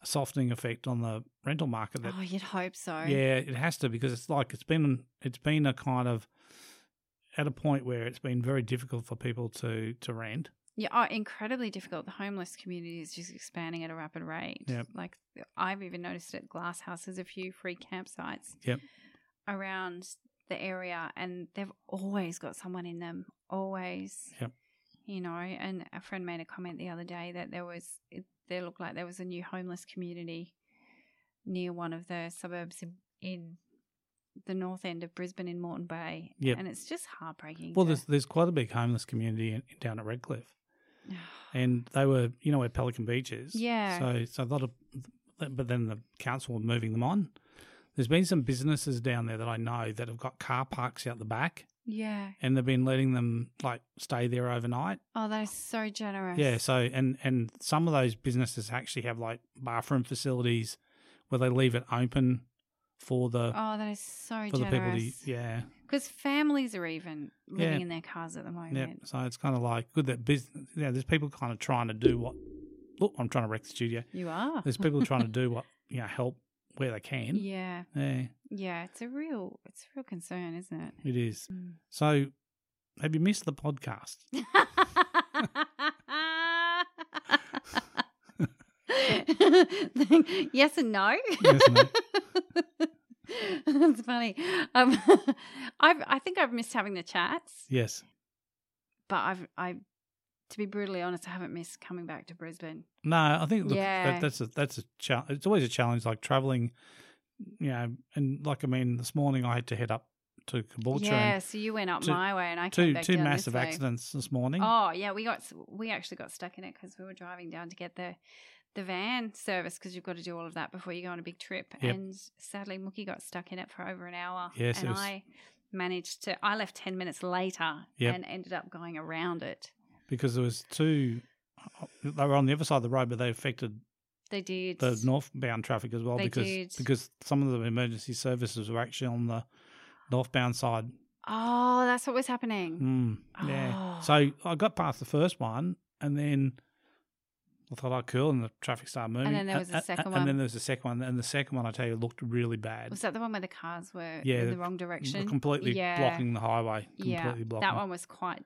a softening effect on the rental market that oh, you'd hope so. Yeah, it has to because it's like it's been it's been a kind of at a point where it's been very difficult for people to to rent. Yeah, oh, incredibly difficult. The homeless community is just expanding at a rapid rate. Yep. Like I've even noticed at Glass House, there's a few free campsites. Yep. Around the area, and they've always got someone in them. Always. Yep. You know, and a friend made a comment the other day that there was, it, there looked like there was a new homeless community near one of the suburbs in, in the north end of Brisbane in Moreton Bay. Yep. And it's just heartbreaking. Well, to- there's there's quite a big homeless community in, down at Redcliffe, and they were you know where Pelican Beach is. Yeah. So so a lot of, but then the council were moving them on. There's been some businesses down there that I know that have got car parks out the back, yeah. and they've been letting them like stay there overnight. Oh, that is so generous. Yeah, so and and some of those businesses actually have like bathroom facilities where they leave it open for the Oh, that is so for the people to generous. yeah Because families are even living Yeah. in their cars at the moment. yeah. So it's kind of like good that business. Yeah, there's people kind of trying to do what. Look, I'm trying to wreck the studio. You are. There's people trying to do what you know help where they can. Yeah, yeah yeah. It's a real, it's a real concern, isn't it? it is. Mm. So have you missed the podcast? yes and no. Yes, mate. That's funny. Um, I've, I think I've missed having the chats, yes. but I've, I, to be brutally honest, I haven't missed coming back to Brisbane. No, I think look, Yeah. that, that's a that's a challenge. It's always a challenge, like traveling. You know, and like I mean, this morning I had to head up to Caboolture. yeah, so you went up two- my way, and I and two came back two down this massive way. accidents this morning. Oh yeah, we got s- we actually got stuck in it because we were driving down to get the the van service because you've got to do all of that before you go on a big trip. Yep. And sadly, Mookie got stuck in it for over an hour. Yes, it and was- I managed to. I left ten minutes later Yep. and ended up going around it. because there was two. They were on the other side of the road, but they affected They did. the northbound traffic as well They because did. because some of the emergency services were actually on the northbound side. oh, that's what was happening. Mm, yeah. Oh. So I got past the first one, and then I thought, oh, cool. And the traffic started moving. then there was a second And one. then there was a second one. And the second one, I tell you, looked really bad. Was that the one where the cars were Yeah, in the- the wrong direction? Completely Yeah. blocking the highway. Completely yeah, blocking. that one was quite.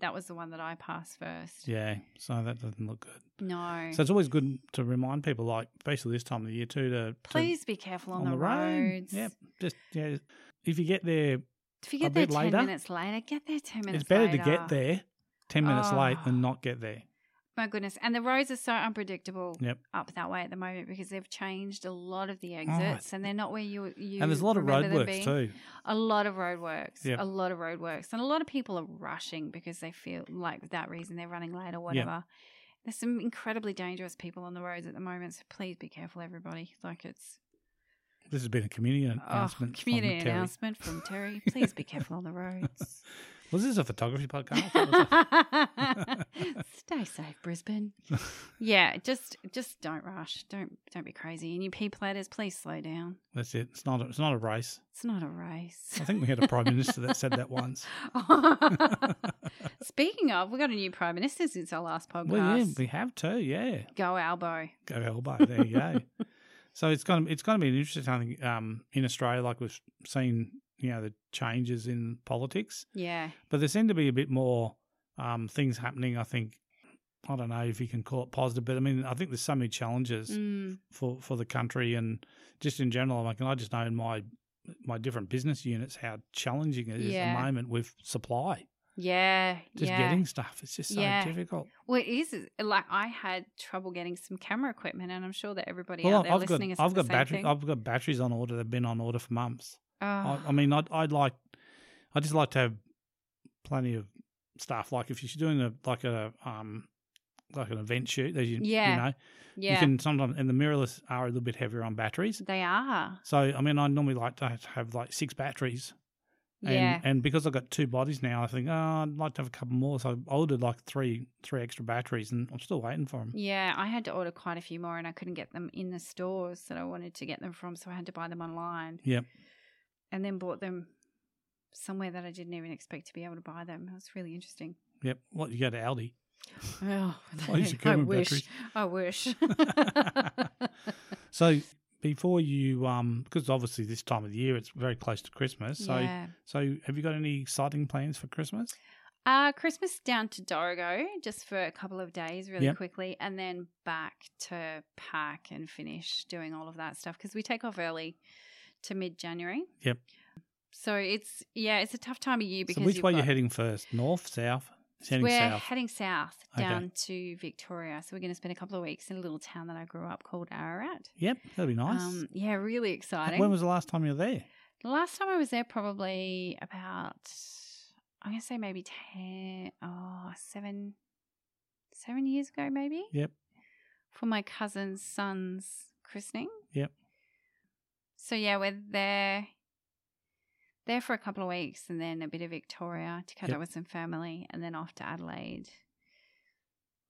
That was the one that I passed first. Yeah. So that doesn't look good. No, So it's always good to remind people, like, especially this time of the year, too, to. to- please be careful on, the, roads. Yep. Just, yeah. If you get there, If you get there bit ten later. minutes later, get there ten minutes. it's better to later. get there 10 minutes late Oh. than not get there. My goodness, and the roads are so unpredictable Yep. Oh, up that way at the moment because they've changed a lot of the I- exits, and they're not where you you. and there's a lot of remember them roadworks, being. too. A lot of roadworks. Yep. A lot of roadworks. And a lot of people are rushing because they feel like for that reason they're running late or whatever. There's some incredibly dangerous people on the roads at the moment, so please be careful, everybody. Like it's This has been a community oh, announcement. from community Terry. announcement from Terry. Please be careful on the roads. Was this a photography podcast? Stay safe, Brisbane. Yeah, just just don't rush. Don't don't be crazy. And you pea platters, please slow down. That's it. It's not. A, it's not a race. It's not a race. I think we had a prime minister that said that once. Speaking of, we got a new prime minister since our last podcast. Well, yeah, we have too. Yeah, Go Albo. go elbow. There you go. so it's going. to It's going to be an interesting thing um, in Australia. Like we've seen, you know, the changes in politics, Yeah, but there seem to be a bit more um, things happening. I think. I don't know if you can call it positive, but I mean, I think there's so many challenges. mm, for for the country and just in general. I'm like, and I just know in my my different business units how challenging it is at Yeah. the moment with supply, yeah, just yeah. getting stuff. It's just so Yeah. difficult. well, it is is- like I had trouble getting some camera equipment, and I'm sure that everybody well, out there I've got listening is I've the got same batteries thing. I've got batteries on order. They've been on order for months. I, Oh, I mean, I'd I'd like I just like to have plenty of stuff. Like if you're doing a like a um like an event shoot, as you, Yeah. you know, yeah, you can sometimes and the mirrorless are a little bit heavier on batteries. they are. So I mean, I normally like to have like six batteries And, Yeah, and because I've got two bodies now, I think, oh, I'd like to have a couple more. So I ordered like three three extra batteries and I'm still waiting for them. Yeah, I had to order quite a few more and I couldn't get them in the stores that I wanted to get them from, so I had to buy them online. Yep. And then bought them somewhere that I didn't even expect to be able to buy them. It was really interesting. Yep. What, you go to Aldi? Oh, Why is your I camera wish. I wish. So before you, um, because obviously this time of the year, it's very close to Christmas. So, yeah. so have you got any exciting plans for Christmas? Uh, Christmas down to Dorigo just for a couple of days, really Yep. quickly, and then back to pack and finish doing all of that stuff because we take off early to mid January. Yep. So it's yeah, it's a tough time of year because so which you've way are you got- heading first? North, south? It's heading we're south. heading south Okay. down to Victoria. So we're going to spend a couple of weeks in a little town that I grew up called Ararat. yep. That'd be nice. Um, yeah, really exciting. when was the last time you were there? the last time I was there? Probably about I'm going to say maybe ten, oh, seven, seven years ago, maybe. Yep. For my cousin's son's christening. Yep. So yeah, we're there. There for a couple of weeks, and then a bit of Victoria to catch Yep. up with some family, and then off to Adelaide.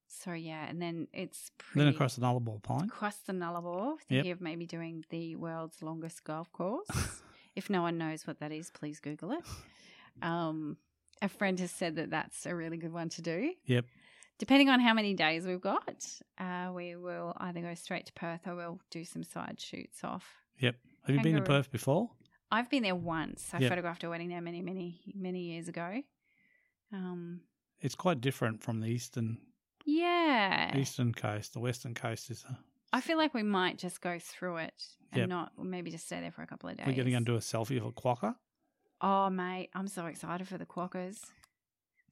So yeah, and then it's pretty Then across the Nullarbor Pine. across the Nullarbor, thinking of maybe doing the world's longest golf course. if no one knows what that is, please Google it. Um, a friend has said that that's a really good one to do. Yep. Depending on how many days we've got, uh, we will either go straight to Perth or we'll do some side shoots off. Have you been to Kangaroo. Perth before? I've been there once. I Yep. photographed a wedding there many, many, many years ago. Um, It's quite different from the eastern yeah. eastern coast. The western coast is uh, a I feel like we might just go through it and Yep. not or maybe just stay there for a couple of days. We're going to go and do a selfie of a quokka. Oh, mate, I'm so excited for the Quackers.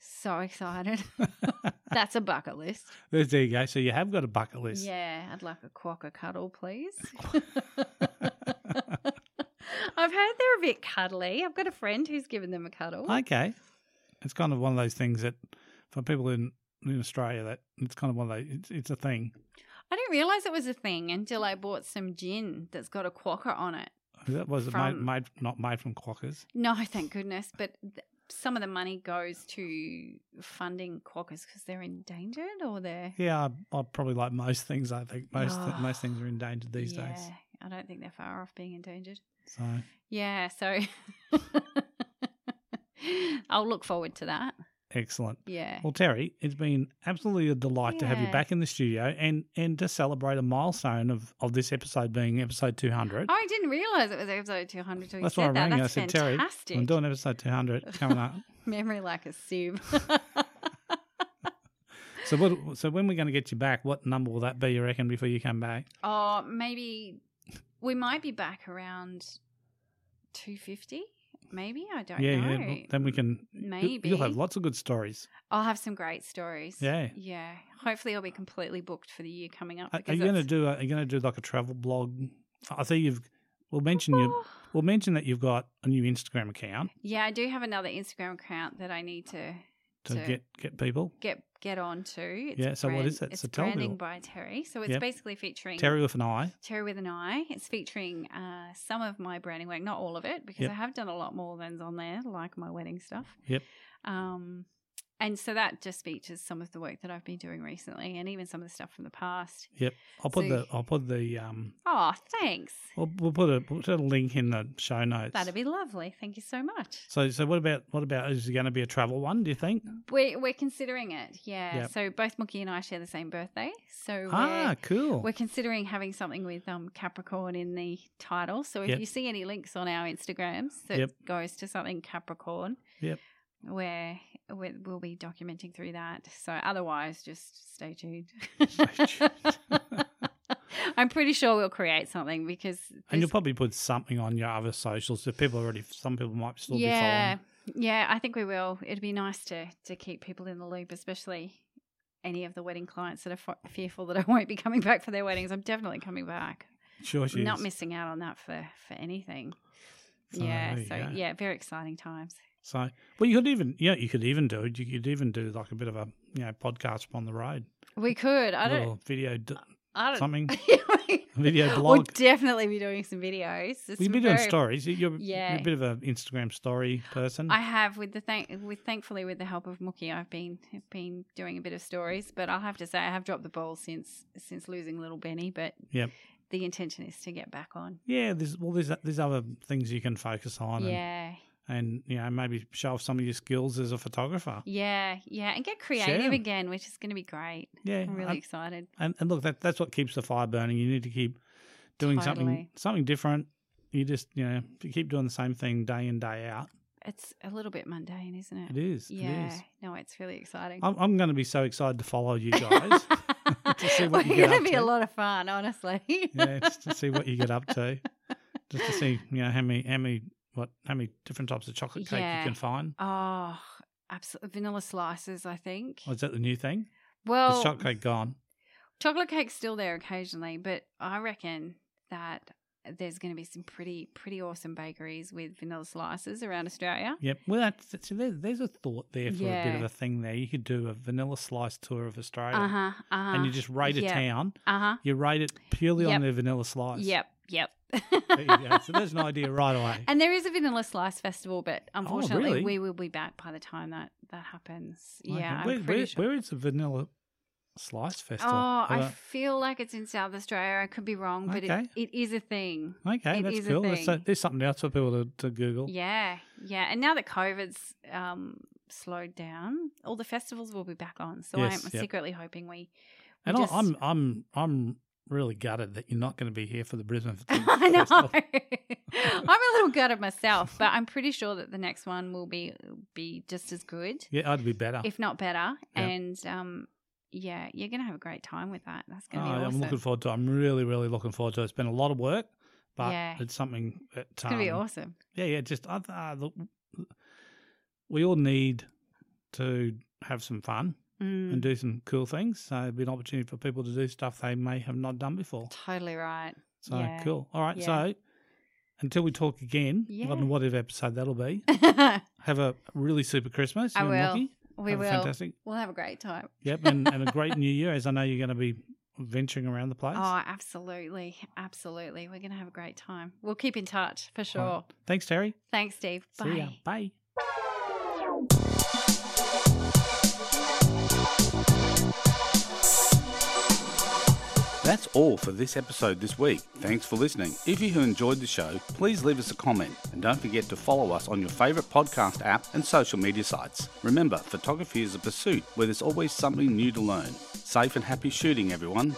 So excited. That's a bucket list. there there you go. So you have got a bucket list. Yeah, I'd like a Quacker cuddle, please. I've heard they're a bit cuddly. I've got a friend who's given them a cuddle. Okay. It's kind of one of those things that for people in, in Australia, that it's kind of one of those, it's, it's a thing. I didn't realize it was a thing until I bought some gin that's got a Quacker on it. That was made, From- made, not made from quokkas. No, thank goodness, but th- some of the money goes to funding Quackers because they're endangered or they're. Yeah, I, I probably like most things. I think most Oh. most things are endangered these yeah, days. I don't think they're far off being endangered. So Yeah, so I'll look forward to that. Excellent. Yeah. Well, Terry, it's been absolutely a delight to have you Yeah. back in the studio and and to celebrate a milestone of, of this episode being episode 200. Oh, I didn't realize it was episode 200 till you That's why I said that. rang you. I That's said, Terry, fantastic. I'm doing episode 200 coming up. Memory like a sieve. so what? So when we're going to get you back? What number will that be? You reckon before you come back? oh, maybe we might be back around 250. Maybe I don't yeah, know. yeah. well, Then we can. you- maybe you'll have lots of good stories. I'll have some great stories. Yeah. Yeah. Hopefully, I'll be completely booked for the year coming up. Are, are because you going to it's- do? A, are you going to do like a travel blog? I think you've. We'll mention you. Oh. We'll mention that you've got a new Instagram account Yeah, I do have another Instagram account that I need to to To- get get people. get get on to. It's Yeah, so what is it? It's So tell branding people. by Terry. So it's Yep. basically featuring Terry with an eye. Terry with an eye. It's featuring uh, some of my branding work, not all of it, because Yep. I have done a lot more than's on there, like my wedding stuff. Yep. Um, and so that just features some of the work that I've been doing recently, and even some of the stuff from the past. I'll put So- the. I'll put the. Um. Oh, thanks. We'll, we'll put a we'll put a link in the show notes. That'd be lovely. Thank you so much. So so what about what about is it going to be a travel one? Do you think? We're, we're considering it. Yeah. Yep. So both Mookie and I share the same birthday. So we're, Ah, cool. We're considering having something with um, Capricorn in the title. So if Yep. you see any links on our Instagrams that Yep. goes to something Capricorn, Yep. where we- we'll be documenting through that. So otherwise, just stay tuned. Stay tuned. I'm pretty sure we'll create something because And you'll this- probably put something on your other socials. So people already, some people might still yeah, be yeah, I think we will. It'd be nice to to keep people in the loop, especially. Any of the wedding clients that are fo- fearful that I won't be coming back for their weddings, I'm definitely coming back. following. Sure, she not is. missing out on that for for anything. So yeah, Oh, there you so go. yeah, very exciting times. So, well, you could even, yeah, you could even do, you could even do like a bit of a, you know, podcast on the road, We could. I a don't. little video, d- I don't. something, Something. video we'll blog. definitely be doing some videos. It's We've been doing very- stories. You- You're, Yeah. you're a bit of an Instagram story person. I have with the thank with thankfully with the help of Mookie, I've been have been doing a bit of stories, but I'll have to say I have dropped the ball since since losing little Benny. But Yep. the intention is to get back on. yeah, there's well, there's there's other things you can focus on, yeah, and, and you know maybe show off some of your skills as a photographer. yeah, yeah, and get creative 'em. again, which is going to be great. Yeah, I'm really and- excited. and, and look that that's what keeps the fire burning you need to keep doing something Totally. something different you just you know if you keep doing the same thing day in day out It's a little bit mundane, isn't it? it is Yeah, it is no, it's really exciting. i'm, I'm going to be so excited to follow you guys to see what you We're get gonna up be to. a lot of fun, honestly. yeah just to see what you get up to just to see you know how many how many what how many different types of chocolate cake Yeah. you can find Oh, absolutely. Vanilla slices, I think. or is that Oh, the new thing Is Well, chocolate cake gone chocolate cake's still there occasionally, but I reckon that there's going to be some pretty, pretty awesome bakeries with vanilla slices around Australia. Yep. Well, that's, that's- see, there, there's a thought there for a bit Yeah. of a thing there. You could do a vanilla slice tour of Australia, Uh huh. Uh and huh. you just rate a yeah. town, Uh huh. You rate it purely on Yep. their vanilla slice. Yep. Yep. There you go. So there's an idea right away. And there is a vanilla slice festival, but unfortunately, really? we will be back by the time that that happens. Okay. Yeah, where, I'm pretty where- sure. where is the vanilla slice festival? Oh, Have I feel like it's in South Australia. I could be wrong, but Okay. it, it is a thing. a- okay, it that's is a cool. There's, so- thing. there's something else for people to, to Google. Yeah, yeah. And now that COVID's um, slowed down, all the festivals will be back on. So Yes, I'm yep. secretly hoping we. and just- I, I'm I'm I'm really gutted that you're not going to be here for the Brisbane. Festival. I know. I'm a little gutted myself, but I'm pretty sure that the next one will be be just as good, Yeah, I'd be better. if not better. Ah. Yeah. And um, yeah, you're gonna have a great time with that. That's Oh, gonna be awesome. I'm looking forward to. it. I'm really really looking forward to. it. It's been a lot of work, but Yeah. it's something. That, it's gonna be um, awesome. Yeah, yeah. Just I th- uh, look, we all need to have some fun Mm, and do some cool things. So it'd be an opportunity for people to do stuff they may have not done before. totally right. So Yeah. cool. All right. Yeah. So until we talk again, I don't Yeah. know whatever episode that'll be. Have a really super Christmas. I you and will. Lockie. we have will. A fantastic. We'll have a great time. Yep, and, and a great New Year, as I know you're going to be venturing around the place. Oh, absolutely. Absolutely. We're going to have a great time. We'll keep in touch for sure. Thanks, Terry. Thanks, Steve. Bye. See ya. Bye. That's all for this episode this week. Thanks for listening. If you enjoyed the show, please leave us a comment and don't forget to follow us on your favourite podcast app and social media sites. Remember, photography is a pursuit where there's always something new to learn. Safe and happy shooting, everyone.